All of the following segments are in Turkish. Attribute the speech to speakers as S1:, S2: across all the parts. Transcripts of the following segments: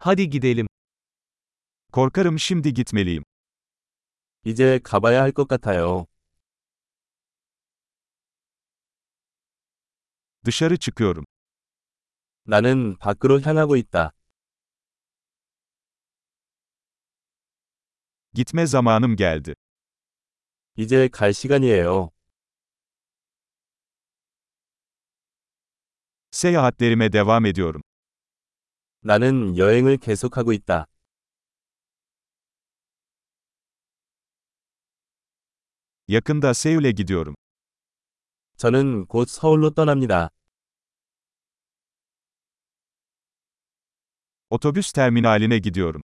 S1: Hadi gidelim. Korkarım şimdi gitmeliyim.
S2: 이제 가봐야 할 것 같아요.
S1: Dışarı çıkıyorum.
S2: 나는 밖으로 향하고 있다.
S1: Gitme zamanım geldi.
S2: 이제 갈 시간이에요.
S1: Seyahatlerime devam ediyorum.
S2: 나는 여행을 계속하고 있다.
S1: Yakında Seul'e gidiyorum.
S2: 저는 곧 서울로 떠납니다.
S1: Otobüs terminaline gidiyorum.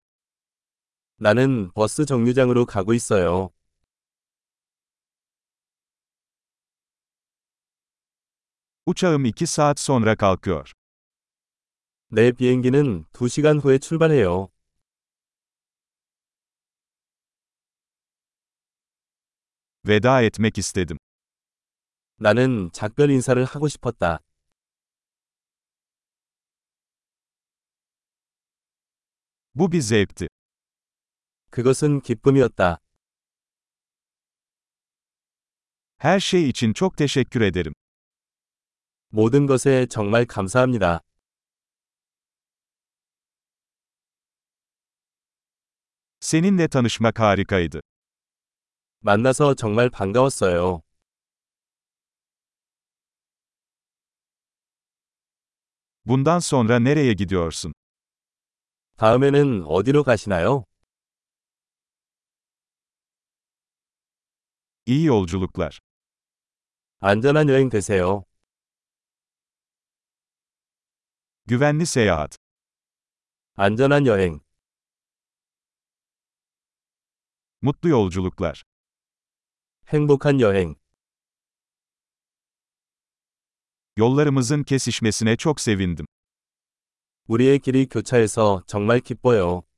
S2: 나는 버스 정류장으로 가고 있어요.
S1: Uçağım 2 saat sonra kalkıyor.
S2: 내 비행기는 2시간 후에 출발해요.
S1: Veda etmek istedim.
S2: 나는 작별 인사를 하고 싶었다.
S1: Bu bir zevkti.
S2: 그것은 기쁨이었다.
S1: Her şey için çok teşekkür ederim.
S2: 모든 것에 정말 감사합니다.
S1: Seninle tanışmak harikaydı.
S2: 만나서 정말 반가웠어요.
S1: Bundan sonra nereye gidiyorsun?
S2: 다음에는 어디로 가시나요?
S1: İyi yolculuklar.
S2: 안전한 여행 되세요.
S1: Güvenli seyahat.
S2: 안전한 여행.
S1: Mutlu yolculuklar.
S2: 행복한 여행.
S1: Yollarımızın kesişmesine çok sevindim.
S2: 우리의 길이 교차해서 정말 기뻐요.